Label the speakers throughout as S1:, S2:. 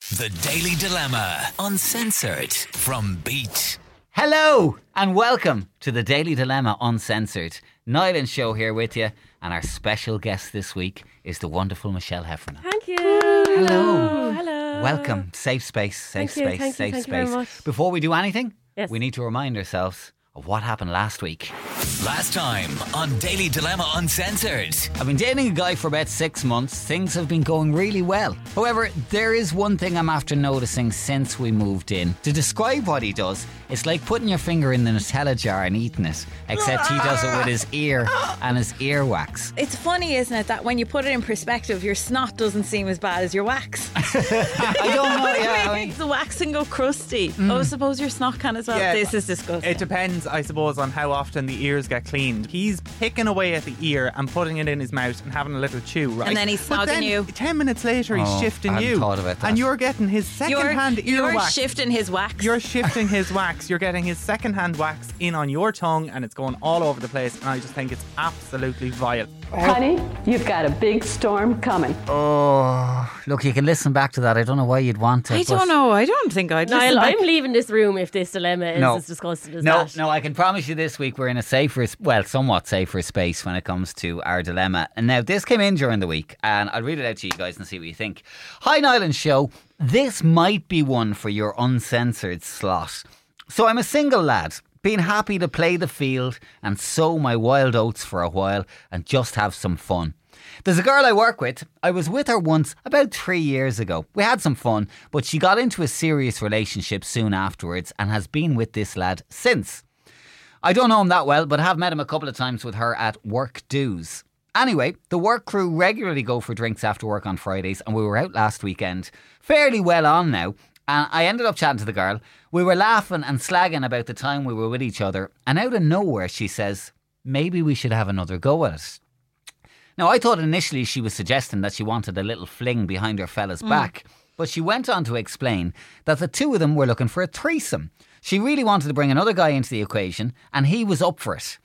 S1: The Daily Dilemma, uncensored from Beat.
S2: Hello and welcome to the Daily Dilemma Uncensored. Niall and Show here with you, and our special guest this week is the wonderful Michelle Heffernan.
S3: Thank you. Hello.
S2: Welcome, safe space, safe
S3: Thank you,
S2: space,
S3: thank you,
S2: safe
S3: thank you
S2: space.
S3: very much.
S2: Before we do anything,
S3: Yes.
S2: we need to remind ourselves of what happened last week.
S1: Last time on Daily Dilemma Uncensored.
S2: I've been dating a guy for about six months. Things have been going really well. However, there is one thing I'm after noticing since we moved in. To describe what he does, it's like putting your finger in the Nutella jar and eating it, except he does it with his ear and his earwax.
S4: It's funny, isn't it, that when you put it in perspective, your snot doesn't seem as bad as your wax.
S2: I don't know. Yeah, I mean, Mm.
S4: the wax can go crusty. Oh, suppose your snot can as well.
S5: Yeah.
S4: this is disgusting.
S5: It depends, I suppose, on how often the ears get cleaned. He's picking away at the ear and putting it in his mouth and having a little chew, right?
S4: then he's
S5: But
S4: snogging
S5: then,
S4: you.
S5: Ten minutes later, he's
S2: Oh,
S5: shifting
S2: I hadn't
S5: you,
S2: thought about that.
S5: and you're getting his second-hand
S4: you're
S5: earwax.
S4: shifting his wax.
S5: You're shifting his wax. You're getting his second-hand wax in on your tongue, and it's going all over the place. And I just think it's absolutely vile.
S6: Honey, you've got a big storm coming.
S2: look, you can listen back to that. I don't know why you'd want to.
S4: I
S2: but-
S4: don't know. I don't think I'd
S3: Niall,
S4: listen back.
S3: I'm leaving this room if this dilemma is
S2: No.
S3: as disgusting as
S2: No,
S3: that.
S2: no, I can promise you this week we're in a safer, well, somewhat safer space when it comes to our dilemma. And now, this came in during the week, and I'll read it out to you guys and see what you think. Hi, Niall and Show. This might be one for your uncensored slot. So, I'm a single lad, being happy to play the field and sow my wild oats for a while and just have some fun. There's a girl I work with. I was with her once about three years ago. We had some fun, but she got into a serious relationship soon afterwards and has been with this lad since. I don't know him that well, but I have met him a couple of times with her at work dues. Anyway, the work crew regularly go for drinks after work on Fridays, and we were out last weekend, fairly well on now. And I ended up chatting to the girl. We were laughing and slagging about the time we were with each other, and out of nowhere, she says, Maybe we should have another go at it. Now, I thought initially she was suggesting that she wanted a little fling behind her fella's back, but she went on to explain that the two of them were looking for a threesome. She really wanted to bring another guy into the equation, and he was up for it.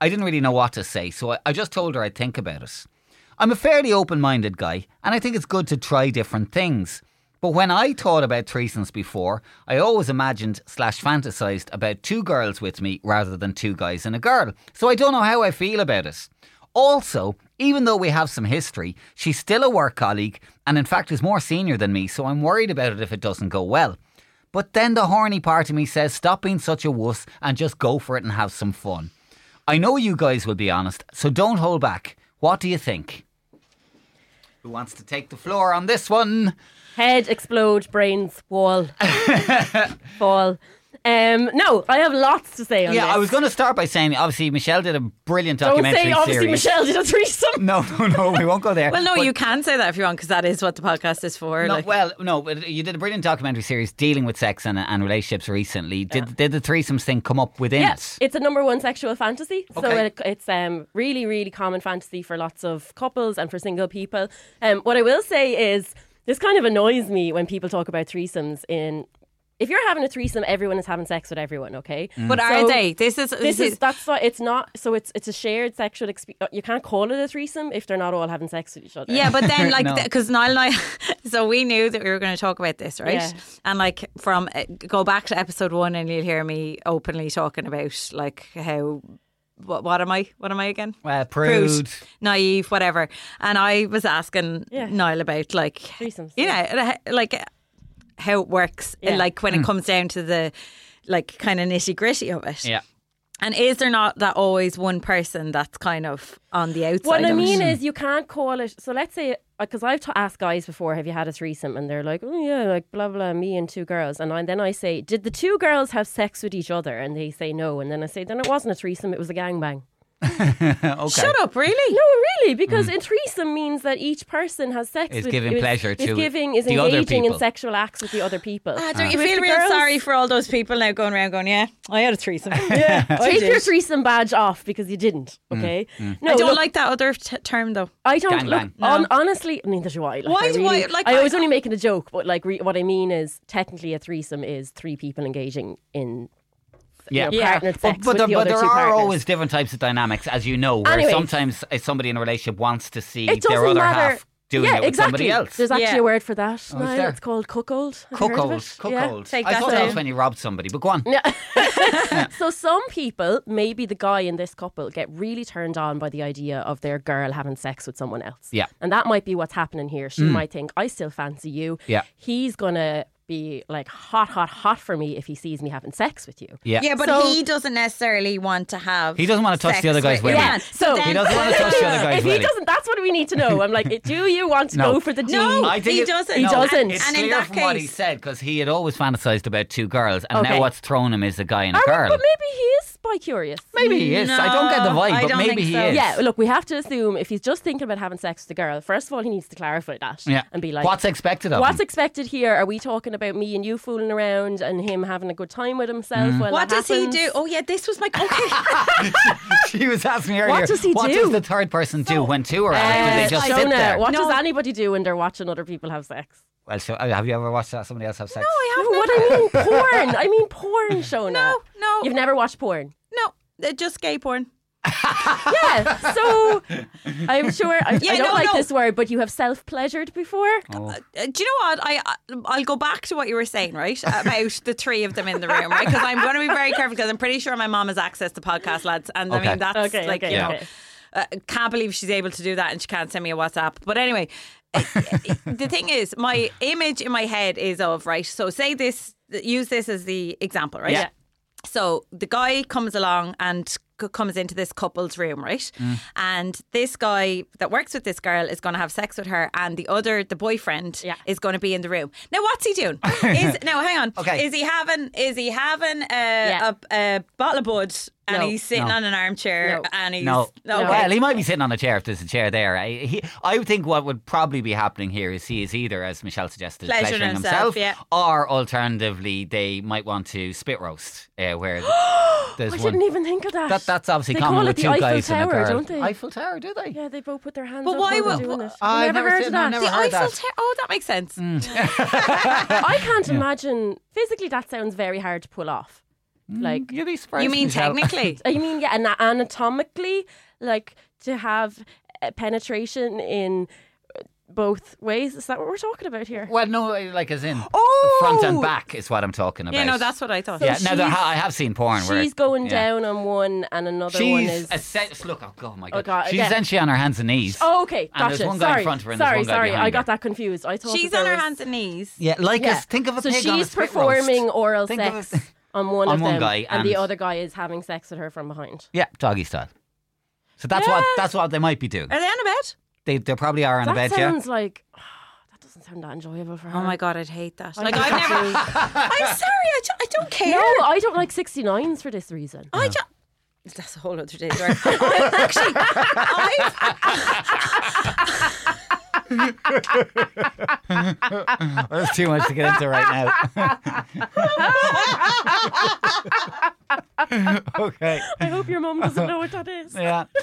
S2: I didn't really know what to say, so I, I just told her I'd think about it. I'm a fairly open minded guy, and I think it's good to try different things. But when I thought about threesomes before, I always imagined slash fantasized about two girls with me rather than two guys and a girl. So I don't know how I feel about it. Also, even though we have some history, she's still a work colleague and in fact is more senior than me, so I'm worried about it if it doesn't go well. But then the horny part of me says stop being such a wuss and just go for it and have some fun. I know you guys will be honest, so don't hold back. What do you think? Who wants to take the floor on this one?
S3: Head explode, brains wall, fall. Um, no, I have lots to say on
S2: Yeah,
S3: this.
S2: I was going to start by saying obviously Michelle did a brilliant
S3: Don't
S2: documentary
S3: say obviously
S2: series.
S3: Michelle did a threesome.
S2: No, no, no, we won't go there.
S4: well, no,
S2: But-
S4: you can say that if you want, because that is what the podcast is for.
S2: No,
S4: like,
S2: well, no, but you did a brilliant documentary series dealing with sex and, and relationships recently. Did did the threesomes thing come up within
S3: Yes,
S2: it?
S3: it's a number one sexual fantasy. So
S2: Okay.
S3: it, it's um, really, really common fantasy for lots of couples and for single people. Um, what I will say is this kind of annoys me when people talk about threesomes in. If you're having a threesome, everyone is having sex with everyone, okay?
S2: Mm.
S4: but are
S3: So-
S4: they? This is
S3: this is that's not it's not so it's it's a shared sexual experience you can't call it a threesome if they're not all having sex with each other
S4: Yeah, but then
S2: No.
S4: like because Niall and I, so we knew that we were going to talk about this, right?
S3: Yeah.
S4: And like from uh, go back to episode one, and you'll hear me openly talking about like how what, what am I? What am I again?
S2: Uh, prude.
S4: naive, whatever. And I was asking
S3: Yeah.
S4: Niall about like
S3: Threesomes,
S4: you know, like how it works,
S3: Yeah. Hmm.
S4: like when it comes down to the like kind of nitty gritty of it.
S2: Yeah.
S4: And is there not that always one person that's kind of on the outside?
S3: what
S4: of
S3: i
S4: it?
S3: mean is you can't call it so let's say because i've t- asked guys before have you had a threesome and they're like oh yeah like blah blah me and two girls and, I, then i say did the two girls have sex with each other and they say no and then i say then it wasn't a threesome it was a gangbang
S2: Okay.
S4: Shut up, really?
S3: no really because a threesome means that each person has sex
S2: Is
S3: with
S2: giving pleasure
S3: is
S2: to
S3: giving is
S2: the other
S3: engaging in
S2: people.
S3: sexual acts with the other people
S4: Ah, don't you
S3: So if
S4: feel
S3: the
S4: real
S3: girls-
S4: sorry for all those people now going around going, yeah, I had a threesome. yeah, I
S3: Take
S4: did.
S3: your threesome badge off because you didn't.
S2: Mm.
S3: Okay. No,
S4: I don't
S3: look,
S4: like that other t- term though.
S3: I don't
S2: Gangbang.
S3: look. On, honestly, neither do I. Like,
S4: Why
S3: I
S4: do
S3: really-
S4: I- like,
S3: I,
S4: I-
S3: was only making a joke, but like re- what I mean is, technically, a threesome is three people engaging in
S2: Yeah.
S3: you know, partnered
S2: But,
S3: sex
S2: but
S3: with
S2: there,
S3: the
S2: but
S3: other
S2: there
S3: two
S2: are
S3: partners.
S2: always different types of dynamics, as you know, where
S3: Anyways.
S2: sometimes uh, somebody in a relationship wants to see
S3: It
S2: their
S3: doesn't
S2: other
S3: matter.
S2: half doing
S3: yeah,
S2: it with
S3: exactly.
S2: somebody else.
S3: There's actually
S4: Yeah.
S3: a word for that.
S2: Oh, is
S3: now.
S2: there?
S3: It's called cuckold. Have you heard of
S2: Cuckold,
S3: it? Yeah.
S2: cuckold.
S4: Take
S2: I
S4: that
S2: thought that was
S4: down.
S2: when you robbed somebody, but go on.
S3: So some people, maybe the guy in this couple, get really turned on by the idea of their girl having sex with someone else.
S2: Yeah. Mm.
S3: And that might be what's happening here. She might think, I still fancy you.
S2: Yeah.
S3: He's gonna be like hot, hot, hot for me if he sees me having sex with you.
S2: Yeah.
S4: Yeah, but
S3: So-
S4: he doesn't necessarily want to have.
S2: He doesn't want to touch
S4: sex
S2: the other guy's
S4: with-
S2: women.
S4: Yeah,
S3: So-
S4: so
S3: He
S4: then-
S2: doesn't wanna touch the other guy. Guys,
S3: if he
S2: really?
S3: doesn't, that's what we need to know. I'm like, do you want to
S2: No.
S3: go for the D?
S4: No.
S2: I think
S4: He
S2: it-
S4: doesn't. He
S3: doesn't.
S2: It's
S4: And in
S2: clear
S4: that
S2: from what he
S4: case-
S2: said because he had always fantasized about two girls, and now
S3: Okay.
S2: what's thrown him is a guy and a
S3: Are we-
S2: girl.
S3: But maybe he is bi curious.
S2: Maybe he is. I don't get the
S4: No,
S2: vibe,
S4: I
S2: but
S4: don't
S2: maybe
S4: think
S2: he
S4: so.
S2: is.
S3: Yeah, look, we have to assume if he's just thinking about having sex with a girl, first of all, he needs to clarify that
S2: Yeah.
S3: and be like,
S2: what's expected of
S3: What's
S2: him?
S3: expected here? Are we talking about me and you fooling around and him having a good time with
S2: Mm.
S3: himself? while
S4: What
S3: that
S4: does he
S3: happens?
S4: do? Oh yeah, this was my okay.
S2: she was asking me earlier.
S3: does he do?
S2: the third person do when two are out? Do
S3: Uh,
S2: they just
S3: Shona,
S2: sit there?
S3: what
S4: No.
S3: does anybody do when they're watching other people have sex?
S2: Well, so, uh, have you ever watched that somebody else have sex?
S4: I
S3: No,
S4: have
S3: what I mean porn. I mean porn, Shona.
S4: No, no.
S3: You've never watched porn.
S4: no, they're just gay porn.
S3: Yeah. So I'm sure I, I
S4: Yeah,
S3: don't
S4: no,
S3: like
S4: no.
S3: this word, but you have self pleasured before.
S2: Oh,
S4: Uh, do you know what? I I- I'll go back to what you were saying, right? About the three of them in the room, right? Because I'm going to be very careful because I'm pretty sure my mom has access to podcast lads, and I
S2: Okay.
S4: mean that's
S3: Okay,
S4: like
S3: okay,
S4: you know,
S3: okay.
S4: uh, can't believe she's able to do that, and she can't send me a WhatsApp. But anyway, uh, the thing is, my image in my head is of right. So say this, use this as the example, right?
S3: Yeah.
S4: So the guy comes along and c- comes into this couple's room, right? And this guy that works with this girl is going to have sex with her, and the other, the boyfriend,
S3: Yeah.
S4: is going to be in the room. Now, what's he doing? is now, hang on.
S2: Okay.
S4: Is he having? Is he having a,
S3: Yeah.
S4: a, a bottle of bud? And
S3: No.
S4: he's sitting
S2: No.
S4: on an armchair,
S3: No.
S4: and he's
S2: No.
S4: okay.
S2: Well, he might be sitting on a chair if there's a chair there. I, he, I would think what would probably be happening here is he is either, as Michelle suggested,
S4: Pleasuring
S2: pleasuring himself,
S4: himself, yeah.
S2: or alternatively, they might want to spit roast, uh, where there's
S3: I
S2: one.
S3: didn't even think of that.
S2: That, that's obviously
S3: They
S2: common
S3: call
S2: with
S3: it
S2: two
S3: the Eiffel
S2: guys and a
S3: Tower,
S2: girl.
S3: don't they?
S2: Eiffel Tower, do they?
S3: yeah, they both put their hands
S4: But
S3: up
S4: why
S3: while
S4: would-
S3: they're doing it.
S2: I've
S3: I've
S2: never
S3: never heard
S2: seen-
S3: of
S2: I've
S3: that.
S2: never
S4: the
S2: heard
S4: Eiffel
S2: that.
S4: Tower. Oh, that makes sense.
S3: I can't imagine physically. That sounds very hard to pull off.
S2: Mm.
S3: Like
S2: You'd be surprised.
S4: You mean
S2: Michelle.
S4: technically?
S3: I mean, yeah, and anatomically, like to have uh, penetration in uh, both ways. Is that what we're talking about here?
S2: Well, no, uh, like as in
S4: Oh!
S2: front and back is what I'm talking about.
S4: Yeah, no, that's what I thought.
S2: yeah. Now there ha- I have seen porn where
S3: She's going
S2: yeah.
S3: down on one, and another
S2: She's
S3: one is.
S2: essen- look. Oh God, my God.
S3: God,
S2: She's
S3: okay.
S2: essentially on her hands and knees.
S3: oh, okay,
S2: And there's
S3: gotcha.
S2: one guy in
S3: sorry,
S2: front of her and there's
S3: sorry,
S2: one guy
S3: sorry.
S2: behind
S3: I got
S2: her.
S3: that confused. I thought
S4: She's
S3: that
S4: on
S3: there
S4: her
S3: was-
S4: hands and knees.
S2: Yeah, like
S3: Yeah.
S2: us. Think of a
S3: so
S2: pig
S3: she's
S2: on a spit
S3: performing
S2: roast.
S3: oral
S2: Think of
S3: sex
S2: a-
S3: on one
S2: on
S3: of
S2: one
S3: them,
S2: guy
S3: and the
S2: and-
S3: other guy is having sex with her from behind.
S2: yeah, doggy style. So that's what
S4: Yeah.
S2: that's what they might be doing.
S4: Are they on a bed?
S2: They they probably are on a
S3: that
S2: bed.
S3: sounds like that doesn't sound that enjoyable for her.
S4: Oh my god, I'd hate that.
S3: I
S4: Like
S3: know
S4: I've
S3: that
S4: never.
S3: is-
S4: I'm sorry. I, ju- I don't care.
S3: No, I don't like 69s for this reason.
S4: I just. That's a whole other day. Right? Actually, I've,
S2: yeah. There's too much to get into right now. okay.
S3: I hope your mum doesn't know what that is.
S2: Yeah.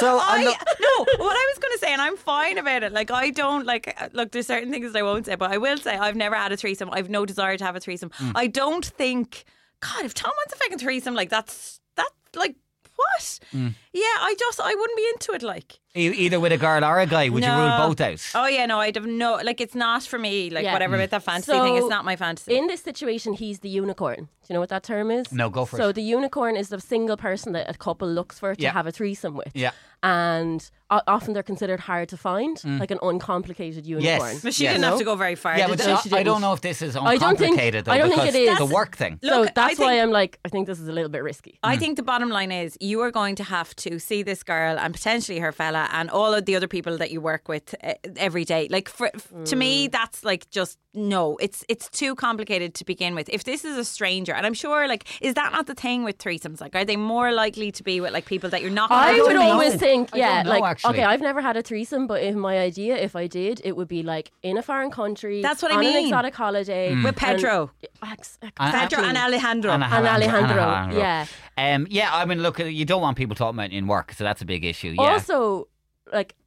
S2: So
S4: I
S2: on the-
S4: no. What I was going to say, and I'm fine about it. Like I don't like. uh, Look, there's certain things that I won't say, but I will say I've never had a threesome. I've no desire to have a threesome.
S2: Hmm.
S4: I don't think. God, if Tom wants a fucking threesome, like that's that like what?
S2: Hmm.
S4: Yeah, I just I wouldn't be into it. Like
S2: E- Either with a girl or a guy, would you
S4: No.
S2: rule both out?
S4: oh yeah, no, I'd have no. Like it's not for me. Like
S3: Yeah. Hmm.
S4: whatever about that fantasy thing,
S3: So,
S4: it's not my fantasy.
S3: In this situation, he's the unicorn. Do you know what that term is?
S2: No, go for
S3: so
S2: it.
S3: the unicorn is the single person that a couple looks for to
S2: Yeah.
S3: have a threesome with.
S2: Yeah.
S3: And o- often they're considered hard to find, like an uncomplicated unicorn.
S2: Mm. Yes.
S4: but she
S2: yeah.
S4: didn't
S3: No.
S4: have to go very far.
S2: Yeah,
S4: did
S2: but
S4: she?
S2: I,
S3: she
S2: I don't
S3: didn't.
S2: know if this is
S3: I don't think-
S2: uncomplicated though.
S3: I don't think
S2: because
S3: it is.
S2: The work thing.
S3: So
S4: Look, I
S3: that's why
S4: think-
S3: I'm like, I think this is a little bit risky.
S4: I think the bottom line is you are going to have to see this girl and potentially her fella and all of the other people that you work with eh, every day. Like for, f- to me, that's like just no. It's it's too complicated to begin with. If this is a stranger, and I'm sure, like, is that not the thing with threesomes? Like, are they more likely to be with like people that you're not? gonna
S3: I
S4: have
S3: would
S4: to
S2: know.
S4: meet?
S3: always think,
S2: I
S3: yeah,
S2: don't know,
S3: like,
S2: actually.
S3: okay, I've never had a threesome, but if my idea, if I did, it would be like in a foreign country.
S4: That's what I
S3: on an
S4: mean.
S3: exotic holiday
S2: Mm.
S4: With Pedro.
S3: And,
S4: Pedro and Alejandro.
S3: And Alejandro, yeah.
S2: Um, yeah, I mean, look, you don't want people talking about it in work, so that's a big issue. Yeah.
S3: Also, like,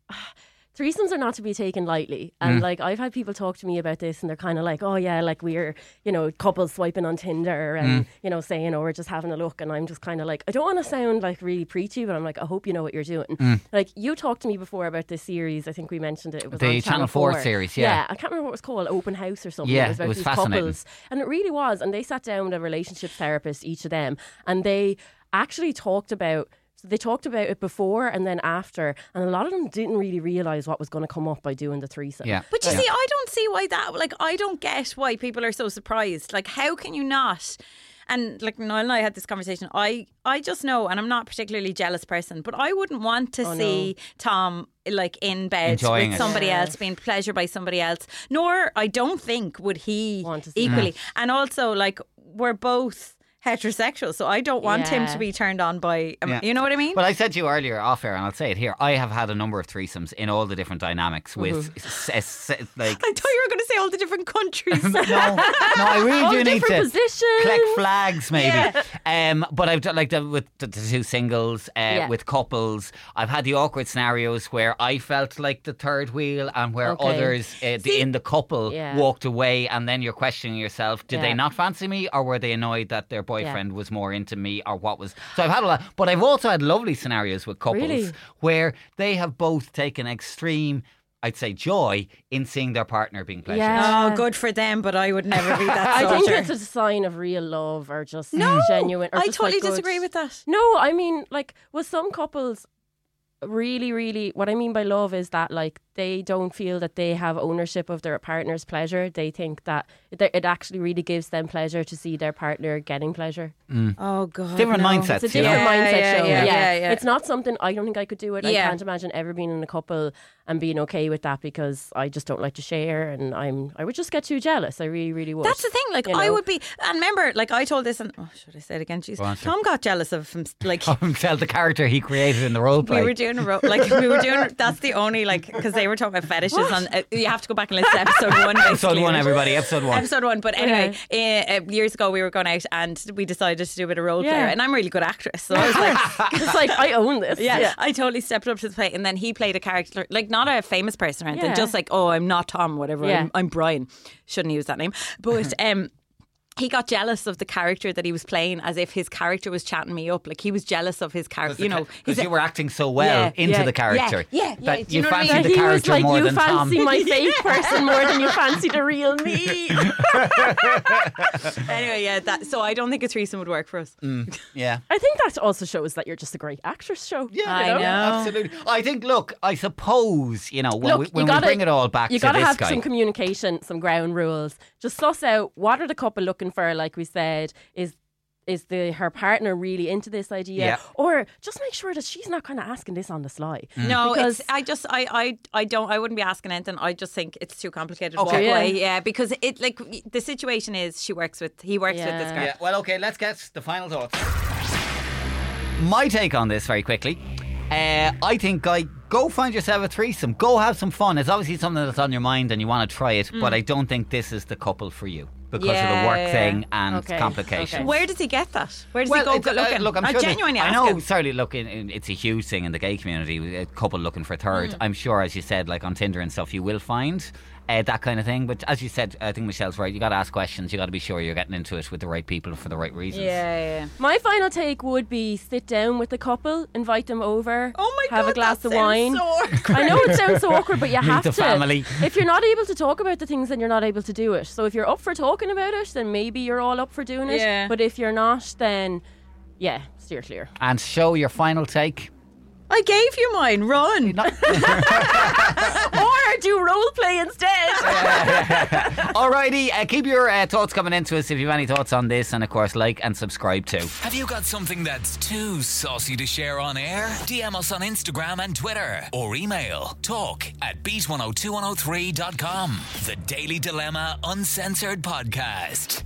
S3: threesomes are not to be taken lightly.
S2: Mm.
S3: And like I've had people talk to me about this and they're kind of like, oh yeah, like we're, you know, couples swiping on Tinder
S2: Mm.
S3: and, you know, saying, oh, we're just having a look. And I'm just kind of like, I don't want to sound like really preachy, but I'm like, I hope you know what you're doing.
S2: Mm.
S3: Like you talked to me before about this series. I think we mentioned it. It was
S2: The
S3: on
S2: Channel 4 series, yeah.
S3: I can't remember what it was called, Open House or something.
S2: Yeah,
S3: it was about
S2: it was
S3: these
S2: fascinating.
S3: couples. And it really was. And they sat down with a relationship therapist, each of them, and they actually talked about so they talked about it before and then after, and a lot of them didn't really realize what was going to come up by doing the threesome.
S2: Yeah.
S4: But you see, I don't see why that. Like, I don't get why people are so surprised. Like, how can you not? And like Niall and I had this conversation. I I just know, and I'm not a particularly jealous person, but I wouldn't want
S3: Oh,
S4: to see Tom like in bed
S2: Enjoying
S4: with
S2: it.
S4: somebody else, being pleasured by somebody else. Nor I don't think would he
S3: Want to see
S4: equally.
S2: Mm.
S4: And also, like we're both heterosexual, so I don't want him
S3: Yeah.
S4: to be turned on by. um,
S2: Yeah.
S4: You know what I mean?
S2: Well, I said to you earlier off air, and I'll say it here. I have had a number of threesomes in all the different dynamics with s- s- s- like.
S4: I thought you were going to say all the different countries.
S2: no, no, I really
S3: All
S2: do need to
S3: different positions.
S2: click flags, maybe. Um, but I've done like the, with the, the two singles, uh,
S3: Yeah.
S2: with couples. I've had the awkward scenarios where I felt like the third wheel, and where
S3: Okay.
S2: others uh, the- in the couple
S3: Yeah.
S2: walked away, and then you're questioning yourself: Did
S3: Yeah.
S2: they not fancy me, or were they annoyed that their boyfriend was more into me, or what was? So I've had a lot, but I've also had lovely scenarios with couples
S3: Really?
S2: where they have both taken extreme. I'd say joy in seeing their partner being pleasured.
S3: Yeah.
S4: Oh, good for them, but I would never be that
S3: I
S4: soldier.
S3: think it's a sign of real love or just genuine. Or
S4: Oh, I
S3: just,
S4: totally
S3: like, good-
S4: disagree with that.
S3: No, I mean, like, with some couples, really, really, what I mean by love is that, like, they don't feel that they have ownership of their partner's pleasure. They think that it it actually really gives them pleasure to see their partner getting pleasure.
S4: Oh god,
S2: Mm. Different
S4: no.
S2: mindsets.
S3: It's a
S2: you know?
S3: different
S4: Yeah,
S3: mindset
S4: yeah,
S3: show.
S4: yeah,
S3: Yeah,
S4: yeah, yeah.
S3: It's not something I don't think I could do it.
S4: Yeah.
S3: I can't imagine ever being in a couple and being okay with that because I just don't like to share and I'm I would just get too jealous. I really, really would.
S4: That's the thing. Like
S3: You
S4: I
S3: know?
S4: would be, and remember, like I told this, and oh, should I say it again? Jeez,
S2: on, sure. Oh,
S4: Tom got jealous of him. Like
S2: tell the character he created in the role play.
S4: we were doing a ro- like we were doing. That's the only like because they were talking about fetishes. On uh, you have to go back and listen to episode one.
S2: episode
S4: basically.
S2: one, everybody. Episode one.
S4: Episode one, but anyway, uh, uh, years ago we were going out and we decided to do a bit of role play,
S3: Yeah.
S4: and I'm a really good actress, so I was like,
S3: it's like I own this.
S4: Yeah, I totally stepped up to the plate, and then he played a character, like not a famous person or anything,
S3: Yeah.
S4: just like, oh, I'm not Tom, whatever.
S3: Yeah.
S4: I'm, I'm Brian. Shouldn't use that name, but um. He got jealous of the character that he was playing, as if his character was chatting me up. Like he was jealous of his character. You know, he's
S2: because
S4: a-
S2: you were acting so well
S4: Yeah,
S2: into
S3: yeah,
S2: the character.
S4: yeah, yeah,
S2: that
S4: yeah, do
S2: you
S4: you know what I
S2: fancied the
S4: mean?
S3: Like, he was
S2: character
S3: like,
S2: more
S3: you
S2: than
S3: fancy
S2: Tom.
S3: my fake person more than you fancy the real me.
S4: anyway, yeah. That, so I don't think a threesome would work for us.
S2: Mm. yeah.
S3: I think that also shows that you're just a great actress. Show.
S2: Yeah,
S4: I
S3: you
S4: know.
S2: absolutely. I think. Look, I suppose you know when,
S3: Look,
S2: we,
S3: you
S2: when
S3: gotta-
S2: we bring it all back
S3: You
S2: to
S3: gotta
S2: this
S3: have
S2: guy.
S3: some communication, some ground rules. Just suss out what are the couple looking for. Like we said, is is the her partner really into this idea,
S2: Yeah.
S3: or just make sure that she's not kind of asking this on the sly.
S2: Mm.
S4: No,
S3: Because-
S4: it's, I just I, I I don't I wouldn't be asking anything. I just think it's too complicated.
S2: Okay.
S4: Walk
S3: Yeah.
S4: away. yeah, because it like the situation is she works with he works with this
S3: Yeah.
S4: girl.
S2: Yeah, well, okay, let's get the final thoughts. My take on this very quickly. Uh, I think, guy, go find yourself a threesome. Go have some fun. It's obviously something that's on your mind and you want to try it, but I don't think this is the couple for you because of
S4: Yeah,
S2: the work
S4: yeah.
S2: thing and
S3: Okay,
S2: complications.
S3: okay.
S4: Where does he get that? Where does
S2: Well,
S4: he go
S2: it's,
S4: good
S2: uh,
S4: looking?
S2: look, I'm
S4: I
S2: sure they-
S4: genuinely
S2: I
S4: asking.
S2: know, certainly, look, in, in- it's a huge thing in the gay community. A couple looking for a third. I'm sure, as you said, like on Tinder and stuff, you will find uh, that kind of thing. But as you said, I think Michelle's right. You got to ask questions. You got to be sure you're getting into it with the right people for the right reasons.
S4: Yeah, yeah.
S3: My final take would be sit down with the couple, invite them over,
S4: Oh my
S3: have
S4: god,
S3: a glass
S4: that
S3: of
S4: sounds
S3: wine.
S4: So awkward.
S3: I know it sounds so awkward, but you have
S2: the
S3: to.
S2: family.
S3: If you're not able to talk about the things, then you're not able to do it. So if you're up for talking about it, then maybe you're all up for doing it.
S4: Yeah.
S3: But if you're not, then yeah, steer clear.
S2: And show your final take.
S4: I gave you mine. Run.
S3: or do role play instead.
S2: Alrighty, uh, keep your uh, thoughts coming into us if you have any thoughts on this, and of course, like and subscribe too.
S1: Have you got something that's too saucy to share on air? DM us on Instagram and Twitter or email talk at beat102103.com. The Daily Dilemma Uncensored Podcast.